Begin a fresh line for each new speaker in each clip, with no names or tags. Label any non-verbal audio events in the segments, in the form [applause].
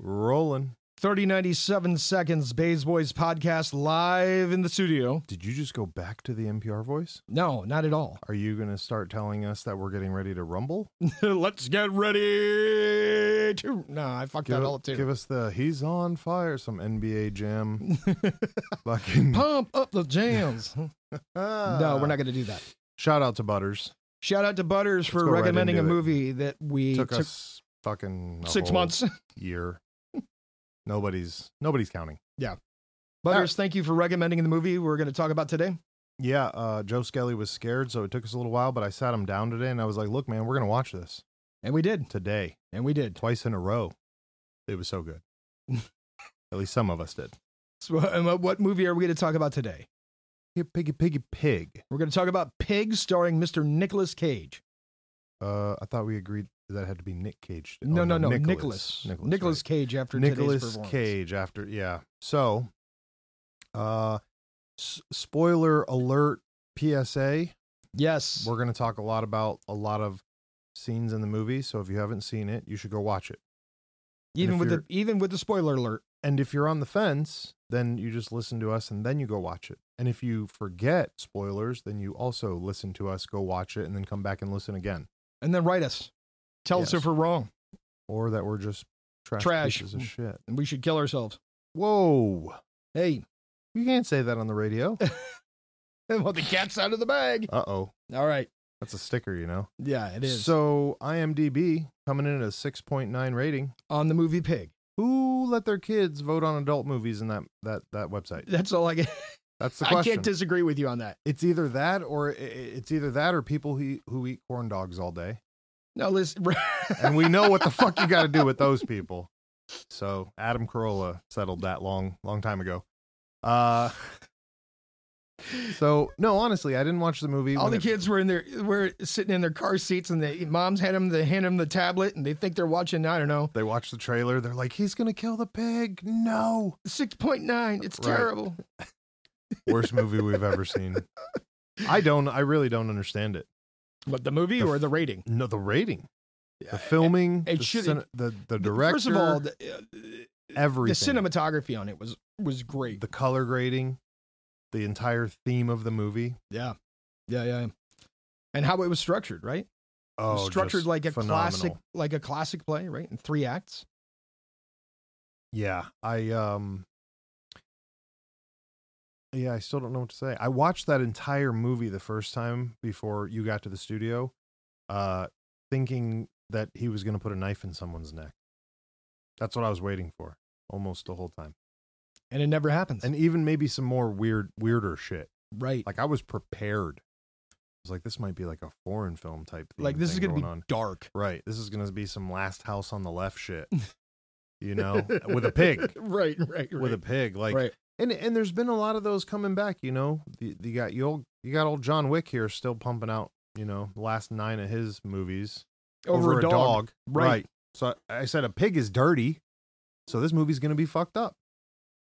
Rolling.
3097 seconds, Bays Boys podcast live in the studio.
Did you just go back to the NPR voice?
No, not at all.
Are you going to start telling us that we're getting ready to rumble?
[laughs] Let's get ready to. No, I fucked that all up too.
give us the he's on fire, some NBA
[laughs]
jam. Fucking. ah.
Pump up the jams. [laughs] no, we're not going to do that.
Shout out to Butters.
Shout out to Butters for
go right
recommending a
into it.
movie that we took,
took, us fucking a
six
whole
[laughs] months.
year. nobody's nobody's counting.
Butters, thank you for recommending the movie we're going to talk about today.
Yeah, uh, Joe Skelly was scared, so it took us a little while, but I sat him down today and I was like, "Look, man, we're going to watch this
And we did.
today,
And we did.
twice in a row." It was so
[laughs]
good. At least some of us did.
So, [laughs] and what- what movie are we going to talk about today?
Piggy, piggy, piggy, pig.
We're going to talk about Pig starring Mr. Nicolas Cage.
Uh, I thought we agreed that had to be Nick Cage. Oh,
No, no, no.
Nicholas.
Nicholas.
Nicholas,
Nicholas
right.
Cage after today's
Nicholas
performance.
Cage. After yeah. So, uh, s- spoiler alert. PSA.
Yes.
We're going to talk a lot about a lot of scenes in the movie. So if you haven't seen it, you should go watch it.
even
if
with the
you're-
even with the spoiler alert.
And if you're on the fence, then you just listen to us and then you go watch it. And if you forget spoilers, then you also listen to us, go watch it, and then come back and listen again.
And then write us. Tell us
Yes.
if we're wrong.
Or that we're just trash,
Trash. Mm.
pieces of shit.
And we should kill ourselves.
Whoa.
Hey. [laughs]
You can't say that on the radio.
Well, the cat's out of the bag.
Uh oh.
All right.
That's a sticker, you know.
Yeah, it is.
So IMDb coming in at a 6.9 rating.
On the movie Pig.
Who let their kids vote on adult movies in that that that website?
That's all I get.
That's the
I
question.
can't disagree with you on that.
it's either that or i- i- it's either that or people who who eat corn dogs all day.
No, listen. [laughs]
And we know what the fuck you got to do with those people. So Adam Carolla settled that long long time ago. Uh [laughs] So no, honestly, I didn't watch the movie.
All
when
the
it-
kids were in their were sitting in their car seats, and the moms had them. They hand them the tablet, and they think they're watching. I don't know,
They watched the trailer. They're like, "He's gonna kill the pig."
[laughs]
No,
six point nine. It's
Right.
terrible.
worst movie we've ever seen. I don't. I really don't understand it.
But the movie
The
or
f-
the rating?
No, the rating,
Uh,
the filming,
it
the,
should-
cine- the the director.
First of all, the, uh, the
everything.
cinematography on it was was great.
the color grading, the entire theme of the movie.
yeah, yeah, yeah. And how it was structured, right? It was
Oh,
structured
just
like a
phenomenal.
classic, like a classic play, right? In three acts.
Yeah, I um, yeah, I still don't know what to say. I watched that entire movie the first time before you got to the studio, uh, thinking that he was going to put a knife in someone's neck. That's what I was waiting for almost the whole time,
And it never happens.
and even maybe some more weird, weirder shit.
right. Like,
Like I was prepared. I was like, this might be like a foreign film type. theme
this is
thing
gonna be
on.
dark.
Right. This is going to be some last house on the left
[laughs]
shit. You know, Oh, with a pig.
right, right, right.
With a pig like
right.
and and there's been a lot of those coming back, you know. You, you got you old, you got old John Wick here still pumping out, you know, the last 9 of his movies
Over, a, dog. Right.
So I, I said a pig is dirty. So this movie's going to be fucked up.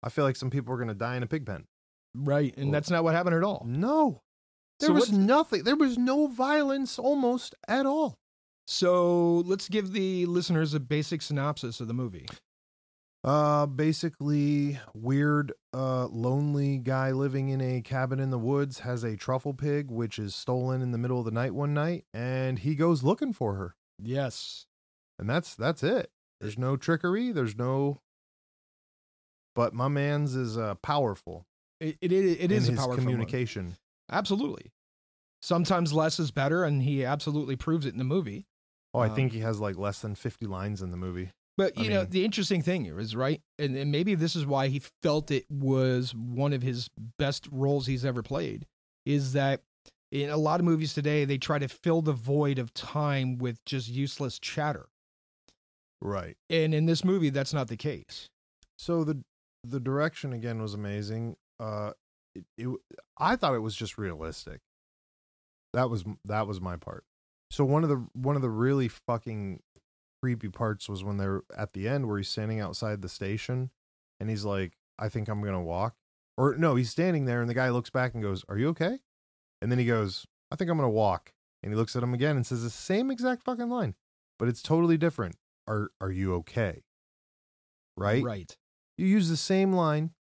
I feel like some people are going to die in a pig pen.
Right. And that's not what happened at all.
No. Oh. There
So
was
what-
nothing. There was no violence almost at all.
So let's give the listeners a basic synopsis of the movie.
Uh, basically, weird, uh, lonely guy living in a cabin in the woods has a truffle pig, which is stolen in the middle of the night one night, and he goes looking for her,
Yes.
and that's that's it. There's no trickery. There's no. But my man's is uh, powerful.
It, it, it,
in
it is a
his
powerful one.
communication.
Absolutely. Sometimes less is better, and he absolutely proves it in the movie.
Oh, I
Um,
think he has like less than fifty lines in the movie.
But
I
you know,
mean-
the interesting thing is right, and, and maybe this is why he felt it was one of his best roles he's ever played, is that in a lot of movies today they try to fill the void of time with just useless chatter,
Right.
and in this movie that's not the case.
So the the direction again was amazing. Uh, it, it I thought it was just realistic. That was that was my part. So one of the one of the really fucking creepy parts was when they're at the end where he's standing outside the station, and he's like, "I think I'm gonna walk," or no, he's standing there, and the guy looks back and goes, "Are you okay?" And then he goes, "I think I'm gonna walk," and he looks at him again and says the same exact fucking line, but it's totally different. Are Are you okay? right?
Right.
You use the same line,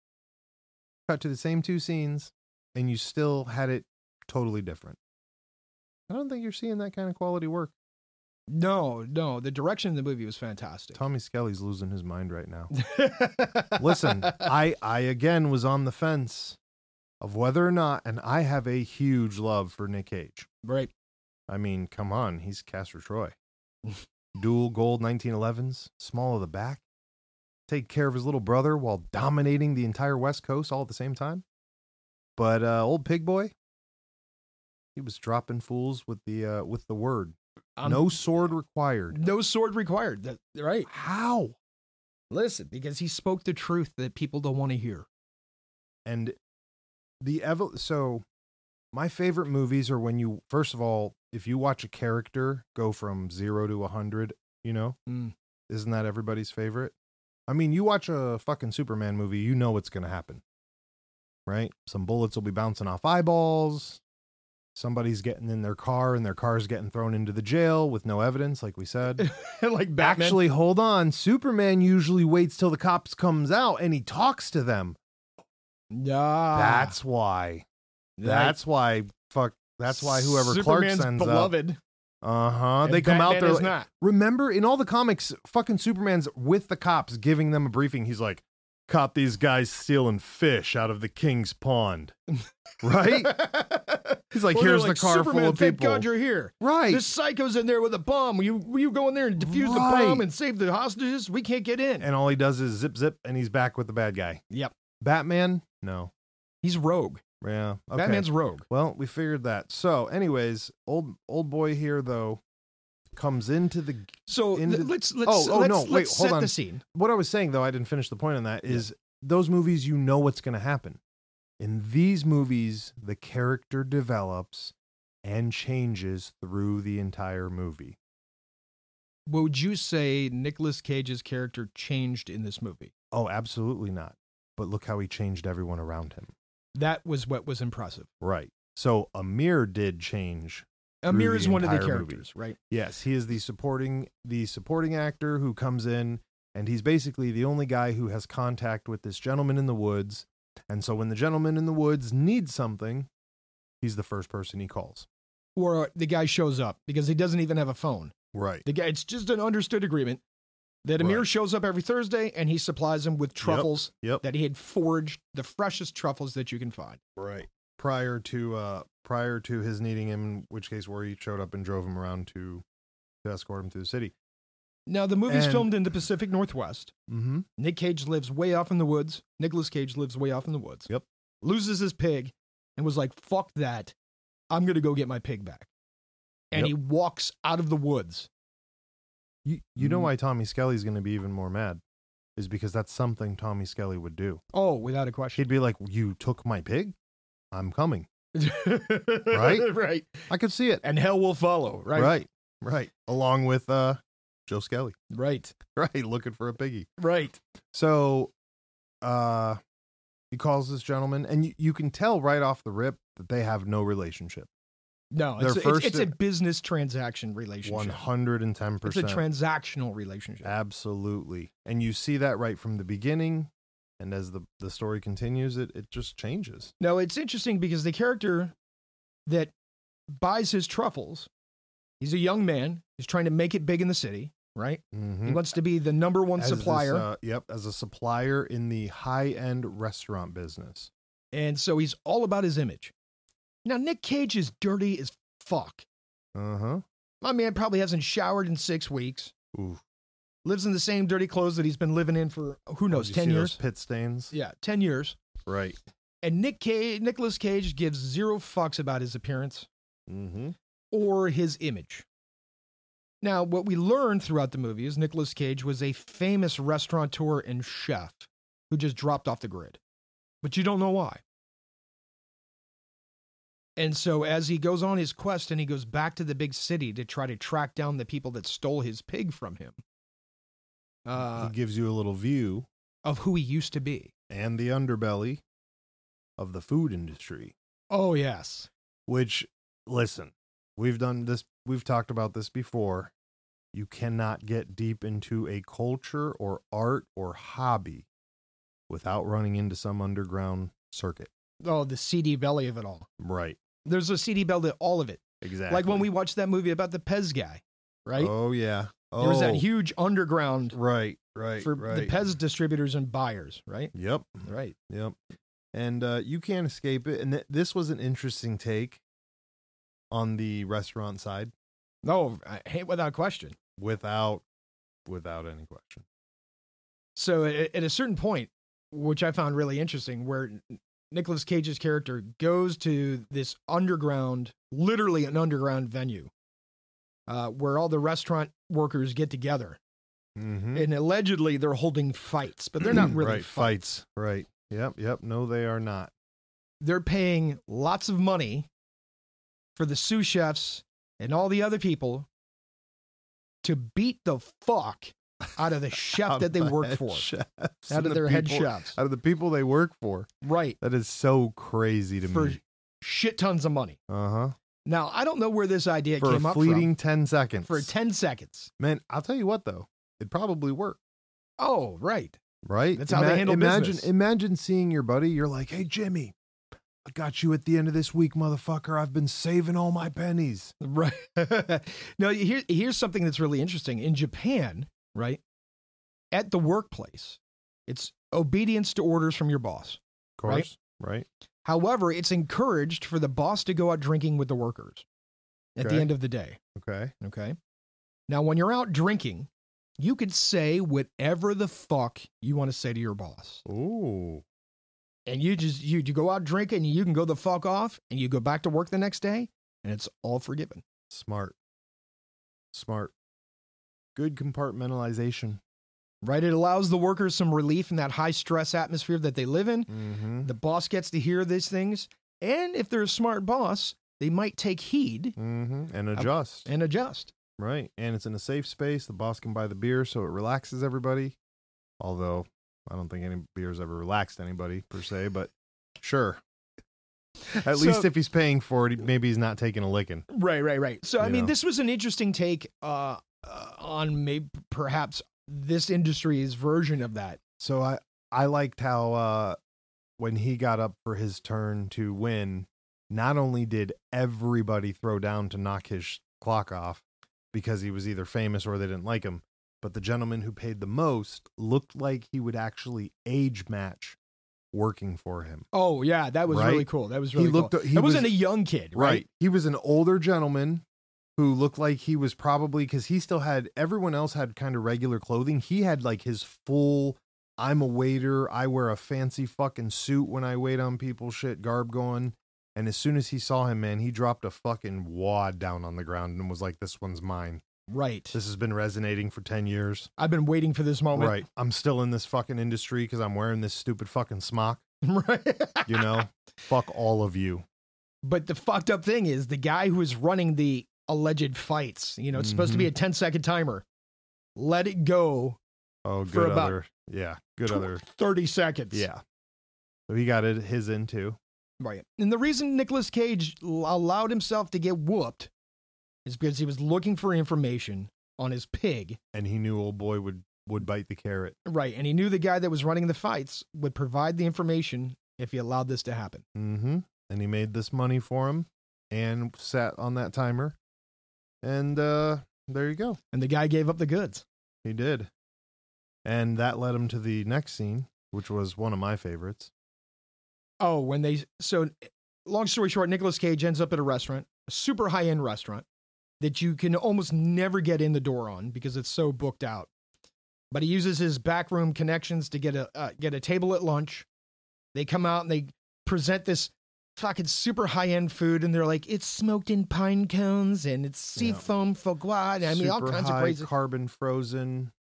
cut to the same two scenes, and you still had it totally different. I don't think you're seeing that kind of quality work.
No, no. The direction of the movie was fantastic. [laughs]
Tommy Skelly's losing his mind right now.
[laughs]
Listen, I I again was on the fence of whether or not, and I have a huge love for Nick Cage.
right.
I mean, come on, he's Castor Troy. Dual gold 1911s, small of the back. Take care of his little brother while dominating the entire West Coast all at the same time. But uh, old pig boy, he was dropping fools with the uh, with the word.
I'm-
no sword required.
no sword required. That, right.
How?
Listen, because he spoke the truth that people don't want to hear. [laughs]
and the evol so my favorite movies are when you first of all if you watch a character go from 0 to a 100 you know
Mm.
isn't that everybody's favorite i mean you watch a fucking superman movie you know what's going to happen right some bullets will be bouncing off eyeballs somebody's getting in their car and their car's getting thrown into the jail with no evidence like we said
like Batman.
Actually, hold on. Superman usually waits till the cops comes out and he talks to them.
nah,
That's why.
Right.
That's why. Fuck. That's why whoever
Superman's
Clark sends
beloved.
up. Uh huh.
and
They come out
Batman
there.
is
like-
not.
remember in all the comics, fucking Superman's with the cops giving them a briefing. He's like, "Caught these guys stealing fish out of the king's
[laughs]
pond." [laughs] right? He's like,
Well, they're
"Here's the
like,
car
Superman,
full of
thank
people."
God you're here.
right.
This psycho's in there with a bomb. Will you, will you go in there and defuse
Right.
the bomb and save the hostages? We can't get in.
and all he does is zip zip, and he's back with the bad guy.
Yep.
Batman? No.
He's rogue.
Yeah. Okay.
Batman's rogue.
Well, we figured that. So, anyways, old old boy here though comes into the
So
In
th-
the-
let's let's
Oh, oh,
let's,
no,
let's
wait, hold
set
on.
the scene.
what I was saying though, I didn't finish the point on that, is those movies you know what's gonna happen. In these movies, the character develops and changes through the entire movie.
Would you say Nicolas Cage's character changed in this movie?
Oh, absolutely not. But look how he changed everyone around him.
That was what was impressive.
Right. So Amir did change.
Amir
the
is one of the
entire
characters, right?
Yes, he is the supporting the supporting actor who comes in and he's basically the only guy who has contact with this gentleman in the woods. And so when the gentleman in the woods needs something, he's the first person he calls.
Or the guy shows up because he doesn't even have a phone.
Right.
The guy, it's just an understood agreement that Amir
Right.
shows up every Thursday and he supplies him with truffles
Yep.
that he had foraged, the freshest truffles that you can find.
Right. Prior to uh prior to his needing him, in which case where he showed up and drove him around to to escort him through the city.
Now the movie's
And-
filmed in the Pacific Northwest.
Mm-hmm.
Nick Cage lives way off in the woods. Nicolas Cage lives way off in the woods.
Yep.
Loses his pig and was like, fuck that. I'm going to go get my pig back. And
Yep.
he walks out of the woods.
You you know
Mhm.
why Tommy Skelly's gonna be even more mad? Is because that's something Tommy Skelly would do.
Oh, without a question.
He'd be like, You took my pig? I'm coming.
right? [laughs] Right.
I could see it.
And hell will follow. Right.
Right. Right. Along with uh Joe Skelly. [laughs]
Right.
Right, looking for a piggy.
Right.
So uh he calls this gentleman and you, you can tell right off the rip that they have no relationship.
No,
Their
it's,
first-
it's, it's a business transaction relationship.
110%.
It's a transactional relationship.
Absolutely. And you see that right from the beginning and as the the story continues it it just changes.
No, it's interesting because the character that buys his truffles, he's a young man. He's trying to make it big in the city, right? He
Mhm.
wants to be the number one
As this,
supplier.
uh, yep, as a supplier in the high-end restaurant business.
and so he's all about his image. Now, Nick Cage is dirty as fuck.
Uh-huh.
My man probably hasn't showered in six weeks,
Ooh.
lives in the same dirty clothes that he's been living in for who
Oh,
knows,
You
10
see Those
years?
pit stains.
Yeah, 10 years.
Right.
And Nick Cage, Nicolas Cage gives zero fucks about his appearance.
Mhm.
or his image. Now, what we learn throughout the movie is Nicolas Cage was a famous restaurateur and chef who just dropped off the grid, but you don't know why. And so, as he goes on his quest and he goes back to the big city to try to track down the people that stole his pig from him, uh,
he gives you a little view
of who he used to be.
and the underbelly of the food industry,
Oh, yes.
which listen, we've done this we've talked about this before. You cannot get deep into a culture or art or hobby without running into some underground circuit.
Oh, the CD belly of it all.
Right.
There's a CD belly to all of it.
Exactly.
Like when we watched that movie about the Pez guy, right?
Oh yeah. Oh,
There was that huge underground
right, right,
for
right.
the Pez distributors and buyers, right?
Yep.
Right.
Yep. And uh, you can't escape it. And th- this was an interesting take on the restaurant side
No, I- hey, without question.
without without any question.
So at, at a certain point, which I found really interesting, where Nicolas Cage's character goes to this underground, literally an underground venue, uh, where all the restaurant workers get together,
Mm-hmm.
and allegedly they're holding fights, but
[clears throat]
they're not really
Hmm, right,
fights.
fights. Right. Yep. Yep. No, they are not.
They're paying lots of money for the sous chefs and all the other people to beat the fuck
[laughs]
out of the chef
Out
that
of
they
the
work
head
for,
chefs
out
and
of
the
their head
people-
chefs,
Out of the people they work for.
right?
That is so crazy to
for
me.
shit tons of money.
Uh huh.
Now, I don't know where this idea
For a
came up
fleeting ten
from
seconds.
for 10 seconds.
Man, I'll tell you what though, it probably worked.
Oh, right. [laughs]
right?
That's how they handle
imagine,
business.
Imagine seeing your buddy. You're like, hey, Jimmy, I got you at the end of this week, motherfucker. I've been saving all my pennies.
Right. [laughs] now, here, here's something that's really interesting. In Japan, right, at the workplace, it's obedience to orders from your boss.
Of
Right.
Right.
However, it's encouraged for the boss to go out drinking with the workers at the
Okay.
end of the day.
Okay.
Okay. Now, when you're out drinking, you could say whatever the fuck you want to say to your boss.
Ooh.
and you just you, you go out drinking and you can go the fuck off and you go back to work the next day and it's all forgiven
Smart. Smart. Good compartmentalization.
right it allows the workers some relief in that high stress atmosphere that they live in
Mm-hmm.
the boss gets to hear these things and if they're a smart boss they might take heed
Mm-hmm. And adjust.
and adjust
right. And it's in a safe space. The boss can buy the beer, so it relaxes everybody. Although I don't think any beer's ever relaxed anybody per se, but sure. At
So-
least if he's paying for it, he- maybe he's not taking a licking.
right right right so i
You
mean
know.
this was an interesting take uh, uh on maybe perhaps this industry's version of that
So I I liked how uh when he got up for his turn to win, not only did everybody throw down to knock his sh- clock off because he was either famous or they didn't like him, but the gentleman who paid the most looked like he would actually age match working for him.
oh yeah that was really
Right.
cool that was really
looked-
cool
he
that wasn't a
was-
young kid right
He was an older gentleman who looked like he was probably because he still had everyone else had kind of regular clothing. He had like his full I'm a waiter, I wear a fancy fucking suit when I wait on people shit garb going. And as soon as he saw him, man, he dropped a fucking wad down on the ground and was like, This one's mine.
right
This has been resonating for 10 years.
i've been waiting for this moment
Right. I'm still in this fucking industry because I'm wearing this stupid fucking smock.
[laughs] Right.
You know, fuck all of you.
But the fucked up thing is the guy who is running the alleged fights, you know, it's supposed to be
Mm-hmm.
a 10 second timer. Let it go
Oh,
For
good
about
other. Yeah. Good
tw-
other.
30 seconds.
Yeah. So he got it his in too.
Right. And the reason Nicolas Cage l- allowed himself to get whooped is because he was looking for information on his pig.
And he knew old boy would would bite the carrot.
Right. And he knew the guy that was running the fights would provide the information if he allowed this to happen.
Mm-hmm. And he made this money for him and sat on that timer. And uh there you go.
And the guy gave up the goods.
He did. And that led him to the next scene, which was one of my favorites.
Oh, when they so eh, long story short, Nicolas Cage ends up at a restaurant, a super high end restaurant that you can almost never get in the door on because it's so booked out. But he uses his backroom connections to get a uh, get a table at lunch. They come out and they present this fucking super high end food, and they're like, "It's smoked in pine cones and it's sea
Yeah.
foam foie gras." And I mean, all
Super
kinds of
high
crazy.
carbon frozen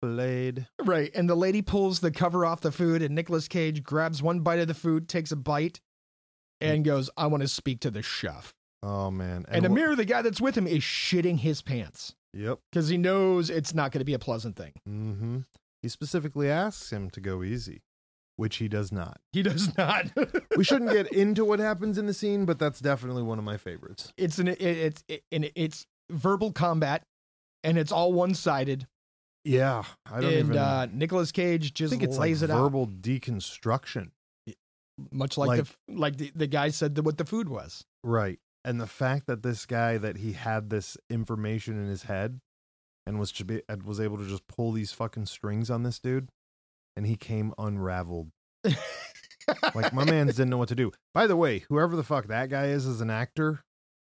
blade.
Right. And the lady pulls the cover off the food, and Nicolas Cage grabs one bite of the food, takes a bite,
Hmm.
and goes, I want to speak to the chef.
Oh man.
And,
wh-
Amir, the guy that's with him, is shitting his pants
Yep.
because he knows it's not going to be a pleasant thing.
Mm-hmm. He specifically asks him to go easy, which he does not.
He does [laughs] not.
we shouldn't get into what happens in the scene, but that's definitely one of my favorites.
it's an it, it's it, and it's verbal combat and it's all one sided.
Yeah, I don't
and
even.
uh, Nicolas Cage
I
just
think it's like
lays it out,
verbal deconstruction,
much like, the the like the, the guy said that what the food was.
right? And the fact that this guy that he had this information in his head, and was to be and was able to just pull these fucking strings on this dude, and he came
[laughs]
unraveled. Like my man's didn't know what to do. By the way, whoever the fuck that guy is as an actor,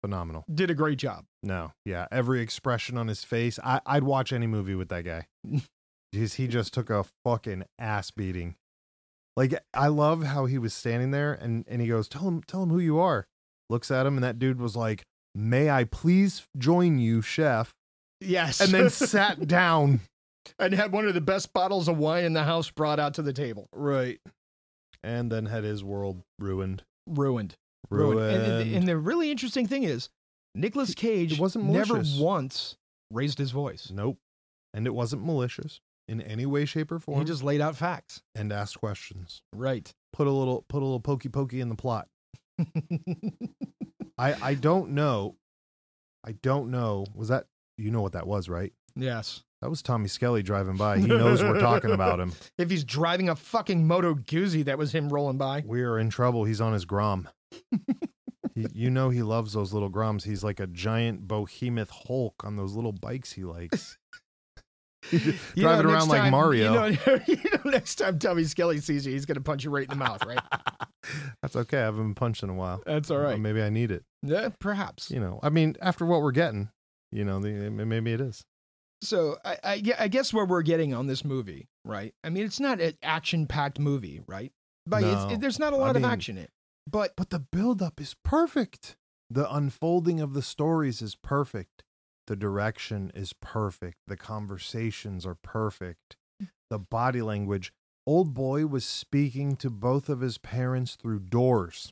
phenomenal.
did a great job.
No, yeah, every expression on his face. I, I'd watch any movie with that
[laughs]
guy. Jeez, he just took a fucking ass beating. Like I love how he was standing there and and he goes, "Tell him, tell him who you are." Looks at him and that dude was like, "May I please join you, chef?"
Yes,
And
[laughs]
then sat down.
and had one of the best bottles of wine in the house brought out to the table.
Right. And then had his world ruined.
Ruined.
Ruined.
And, and- and the really interesting thing is, Nicolas Cage
it wasn't
never
malicious.
once raised his voice.
nope. And it wasn't malicious in any way, shape, or form.
He just laid out facts.
and asked questions.
Right.
Put a little put a little pokey pokey in the plot.
[laughs]
I I don't know. I don't know. Was that you know what that was, right?
yes.
That was Tommy Skelly driving by. He knows we're talking about
[laughs]
him.
If he's driving a fucking Moto Guzzi, that was him rolling by.
We are in trouble. He's on his grom. He, you know he loves those little groms. He's like a giant behemoth Hulk on those little bikes he
[laughs]
likes.
You
Driving
know,
around
next
like
time-
Mario.
You know, [laughs] you know, next time Tommy Skelly sees you, he's going to punch you right in the mouth, right?
That's okay. I haven't been punched in a while.
That's all right.
Maybe [laughs] I need it.
Yeah, perhaps.
You know. I mean, after what we're getting, you know, the, maybe it is.
So I, I, yeah, I guess where we're getting on this movie, right? I mean, it's not an action-packed movie, right? But it's,
No.
it, there's not a
I
lot of
mean-
action in it. But
But the buildup is perfect. The unfolding of the stories is perfect. The direction is perfect. The conversations are perfect. The body language. Old boy was speaking to both of his parents through doors.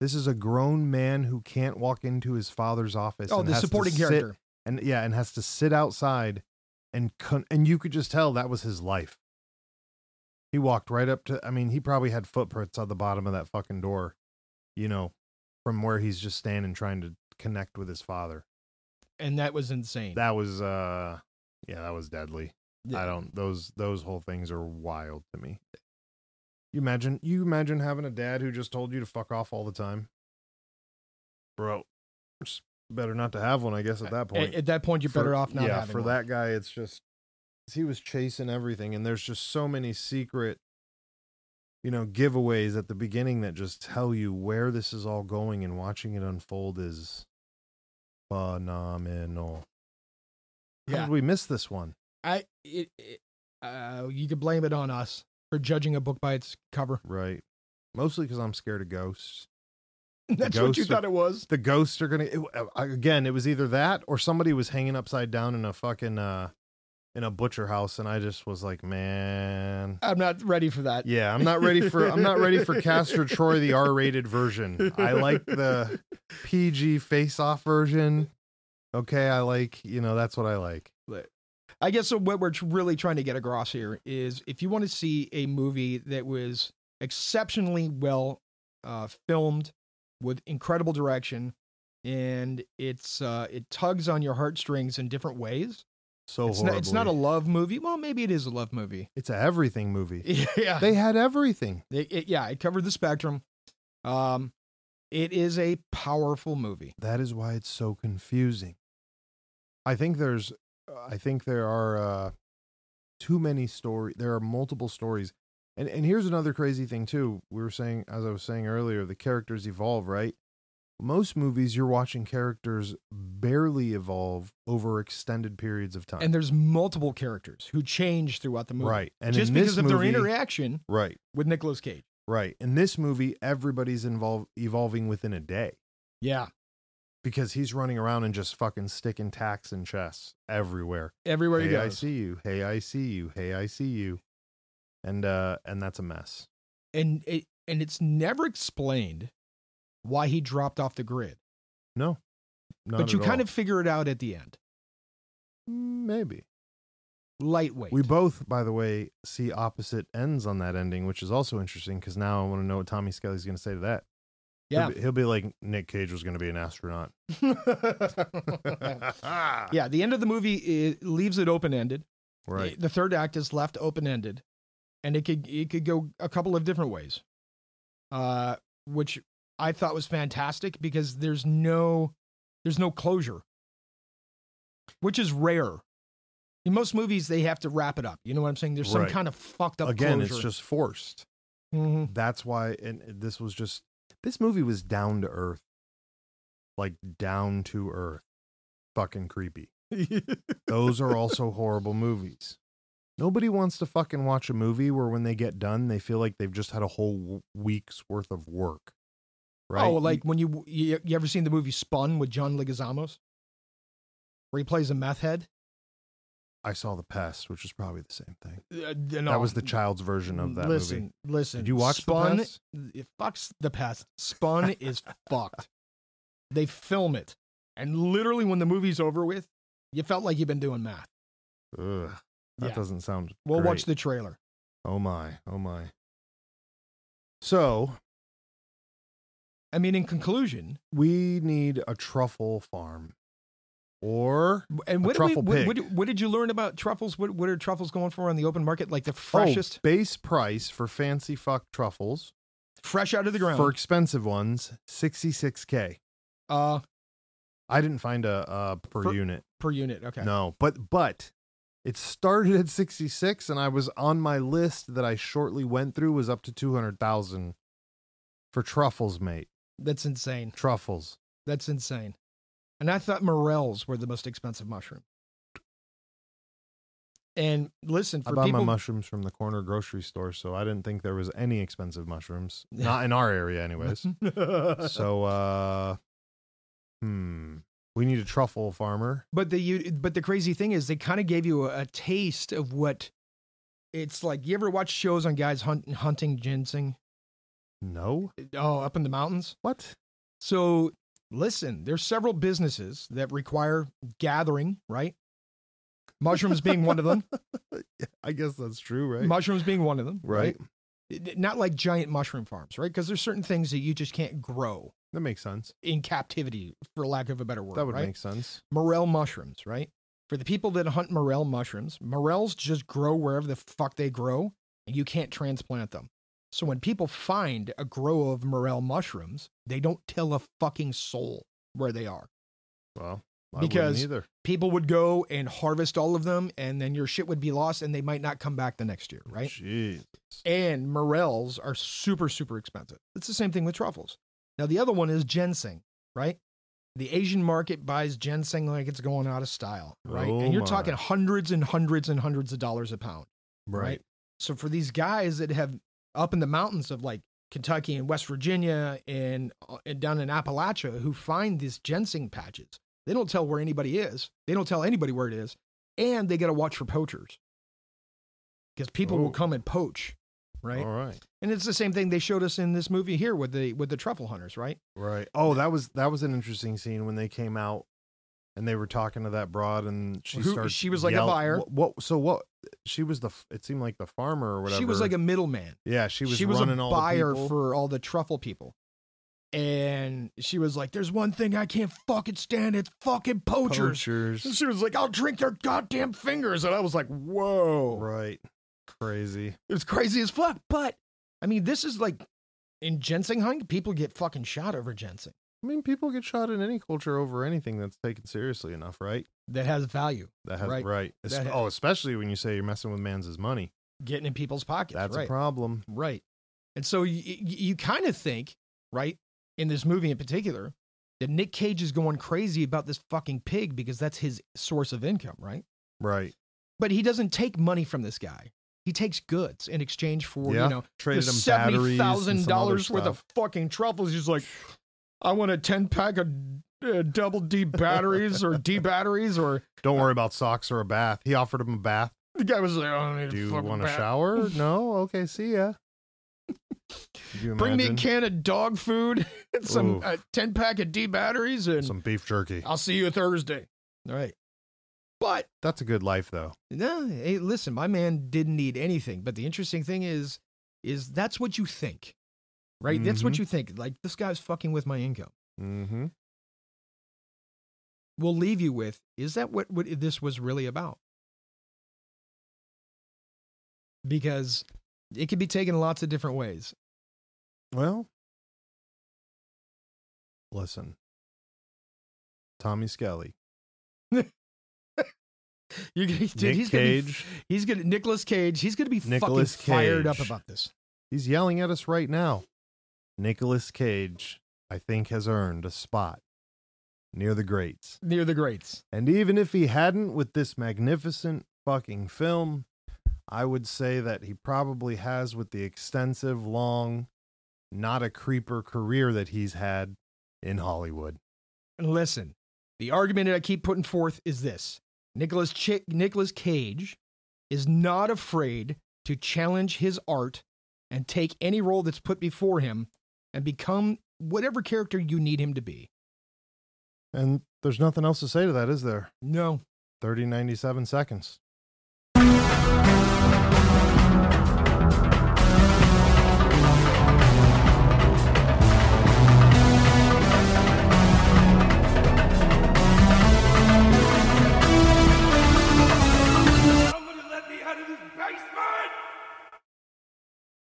This is a grown man who can't walk into his father's office.
oh,
and
the
has to
supporting
sit-
character.
and yeah, and has to sit outside, and con- and you could just tell that was his life. He walked right up to. I mean, he probably had footprints on the bottom of that fucking door, you know, from where he's just standing trying to connect with his father.
and that was insane.
That was, uh, yeah, that was deadly.
Yeah.
I don't. Those those whole things are wild to me. You imagine you imagine having a dad who just told you to fuck off all the time, bro. It's better not to have one, I guess. At that point,
At, at that point, you're
for-
better off not
yeah
having
for
one.
that guy it's just he was chasing everything and there's just so many secret you know giveaways at the beginning that just tell you where this is all going and watching it unfold is phenomenal how
Yeah.
did we miss this one
I, it, it, uh, you could blame it on us for judging a book by its cover. [laughs]
right mostly because i'm scared of ghosts
That's what you
ghost of-
thought it was.
the ghosts are gonna it, uh, again it was either that or somebody was hanging upside down in a fucking uh in a butcher house and i just was like man
I'm not ready for that.
Yeah, I'm not ready for I'm not ready for Castor Troy the R-rated version. I like
[laughs]
the PG face-off version. Okay, I like, you know, that's what I like.
I guess what we're tr- really trying to get across here is if you want to see a movie that was exceptionally well uh, filmed with incredible direction and it's uh, it tugs on your heartstrings in different ways.
So
it's not it's not a
horribly.
love movie. Well, maybe it is a love movie. [laughs]
it's a everything movie.
yeah.
They had everything.
It, it, yeah, it covered the spectrum. Um, it is a powerful movie.
That is why it's so confusing. I think there's I think there are uh too many story there are multiple stories. And and here's another crazy thing too. We were saying as I was saying earlier, the characters evolve, right? Most movies you're watching characters barely evolve over extended periods of time.
And there's multiple characters who change throughout the movie.
right. And
Just
in this
because of
movie-
their interaction
Right.
with Nicolas Cage.
Right. In this movie, everybody's involved evolving within a day.
Yeah.
Because he's running around and just fucking sticking tacks and chests everywhere.
Everywhere you
hey,
go.
I see you. Hey, I see you. Hey, I see you. And uh and that's a mess.
And it and it's never explained why he dropped off the grid.
No. Not
but you
at
kind
all. Mm,
of figure it out at the end.
maybe.
Lightweight.
We both, by the way, see opposite ends on that ending, which is also interesting because now I want to know what Tommy Skelly's gonna say to that. He'll
Yeah.
be- he'll be like Nick Cage was going to be an
[laughs]
astronaut. [laughs]
yeah. The end of the movie it leaves it open ended.
right.
The third act is left open ended, and it could it could go a couple of different ways, uh, which I thought was fantastic because there's no there's no closure, which is rare. In most movies, they have to wrap it up. You know what I'm saying? There's some
Right.
kind of fucked up
Again,
Closure.
it's just forced.
[laughs] Mhm.
That's why, and this was just this movie was down to earth, like down to earth, fucking creepy. Those are also horrible movies. Nobody wants to fucking watch a movie where when they get done, they feel like they've just had a whole w- week's worth of work. Right?
Oh, like when you, you you ever seen the movie Spun with John Leguizamo, where he plays a meth head?
I saw The Pest, which is probably the same thing.
Uh,
that was the child's version of that
listen,
movie.
Listen, listen.
Did you watch
Spun?
The Pest?
It fucks the past.
[laughs]
Spun is fucked. They film it, and literally when the movie's over with, you felt like you've been doing math.
Ugh, that
Yeah.
doesn't sound.
We'll
great.
watch the trailer.
Oh my, oh my. So
I mean, in conclusion,
we need a truffle farm, or
and
A
what did, we,
truffle
what,
pig.
what, what did you learn about truffles? What, what are truffles going for on the open market? Like the freshest,
oh, base price for fancy fuck truffles
fresh out of the ground.
for expensive ones, sixty six k.
uh,
I didn't find a uh, per
For-
unit.
per unit. Okay.
No, but but it started at sixty six, and I was on my list that I shortly went through was up to two hundred thousand for truffles, mate.
That's insane.
Truffles.
That's insane. And I thought morels were the most expensive mushroom. And listen,
I
for
buy
people,
my mushrooms from the corner grocery store, so I didn't think there was any expensive mushrooms. Not in our area,
[laughs]
anyways. so, uh, hmm, we need a truffle farmer.
but the you, but the crazy thing is, they kind of gave you a, a taste of what it's like. You ever watch shows on guys hunt, hunting ginseng?
No,
Oh, up in the mountains.
what?
So listen, there's several businesses that require gathering, right? Mushrooms being one of them.
I guess that's true, [laughs] right?
Mushrooms being one of them,
right,
It- Not like giant mushroom farms, right? Because there's certain things that you just can't grow
that makes sense.
in captivity, for lack of a better word.
That would
right?
make sense.
morel mushrooms, right? For the people that hunt morel mushrooms, morels just grow wherever the fuck they grow, and you can't transplant them. So when people find a grow of morel mushrooms, they don't tell a fucking soul where they are.
Well, I
Because-
wouldn't either.
People would go and harvest all of them, and then your shit would be lost, and they might not come back the next year, right?
Jeez.
and morels are super super expensive it's the same thing with truffles now the other one is ginseng right the asian market buys ginseng like it's going out of style right
Oh
and you're
my.
talking hundreds and hundreds and hundreds of dollars a pound
Right.
right. so for these guys that have up in the mountains of like kentucky and west virginia and, uh, and down in appalachia who find these ginseng patches they don't tell where anybody is they don't tell anybody where it is and they got to watch for poachers because people
Oh.
will come and poach right
All right.
and it's the same thing they showed us in this movie here with the with the truffle hunters, right?
Right. Oh, that was that was an interesting scene when they came out and they were talking to that broad and she
Who-
starts
she was like a buyer.
What, what so what she was the f- it seemed like the farmer or whatever.
She was like a middleman.
Yeah, she was running
a
all
buyer
the people.
for all the truffle people. And she was like, "There's one thing I can't fucking stand. It's fucking poachers." And
poachers.
She was like, "I'll drink their goddamn fingers," and I was like, "Whoa,
Right. Crazy.
it's crazy as fuck." But I mean, this is like in ginseng hunting, people get fucking shot over ginseng
I mean, people get shot in any culture over anything that's taken seriously enough, right?
that has value,
That has
Right.
right. Es-
That ha-
oh, especially when you say you're messing with man's money.
getting in people's pockets.
That's
right.
a problem.
Right. And so you, you kind of think, right, in this movie in particular, that Nick Cage is going crazy about this fucking pig because that's his source of income, right?
Right.
But he doesn't take money from this guy. He takes goods in exchange for,
Yeah.
you know,
Traded
the
them batteries. and some other
$70,000 worth of
stuff.
fucking truffles.
[laughs]
He's like, I want a 10 pack of uh, double D batteries or D batteries. Or
Don't worry about socks or a bath. He offered him a bath.
the guy was like, I don't need
Do you
a fucking
want a
bat.
shower? No? Okay, see ya. Could you
Bring me a
imagine?
can of dog food, [laughs] and some
Oof.
uh, 10 pack of D batteries, and
some beef jerky.
I'll see you Thursday. All right. But
That's a good life, though.
no, hey, listen, my man didn't need anything. But the interesting thing is, is that's what you think. right? That's
Mhm.
what you think. Like this guy's fucking with my income.
Mm-hmm.
We'll leave you with is that what, what this was really about? Because it could be taken lots of different ways.
Well, listen, Tommy Skelly,
You're gonna, dude,
Nick
he's Gonna be,
Cage,
he's gonna Nicolas Cage. He's gonna be
Nicolas
fucking fired up
Cage.
about this.
he's yelling at us right now. Nicholas Cage, I think, has earned a spot near the greats.
Near the greats.
And even if he hadn't with this magnificent fucking film, I would say that he probably has with the extensive, long, not a creeper career that he's had in Hollywood.
And listen, the argument that I keep putting forth is this: Nicholas Ch- Nicholas Cage is not afraid to challenge his art and take any role that's put before him and become whatever character you need him to be.
And there's nothing else to say to that, is there?
No,
30, 97 seconds.
Someone let me out of this basement!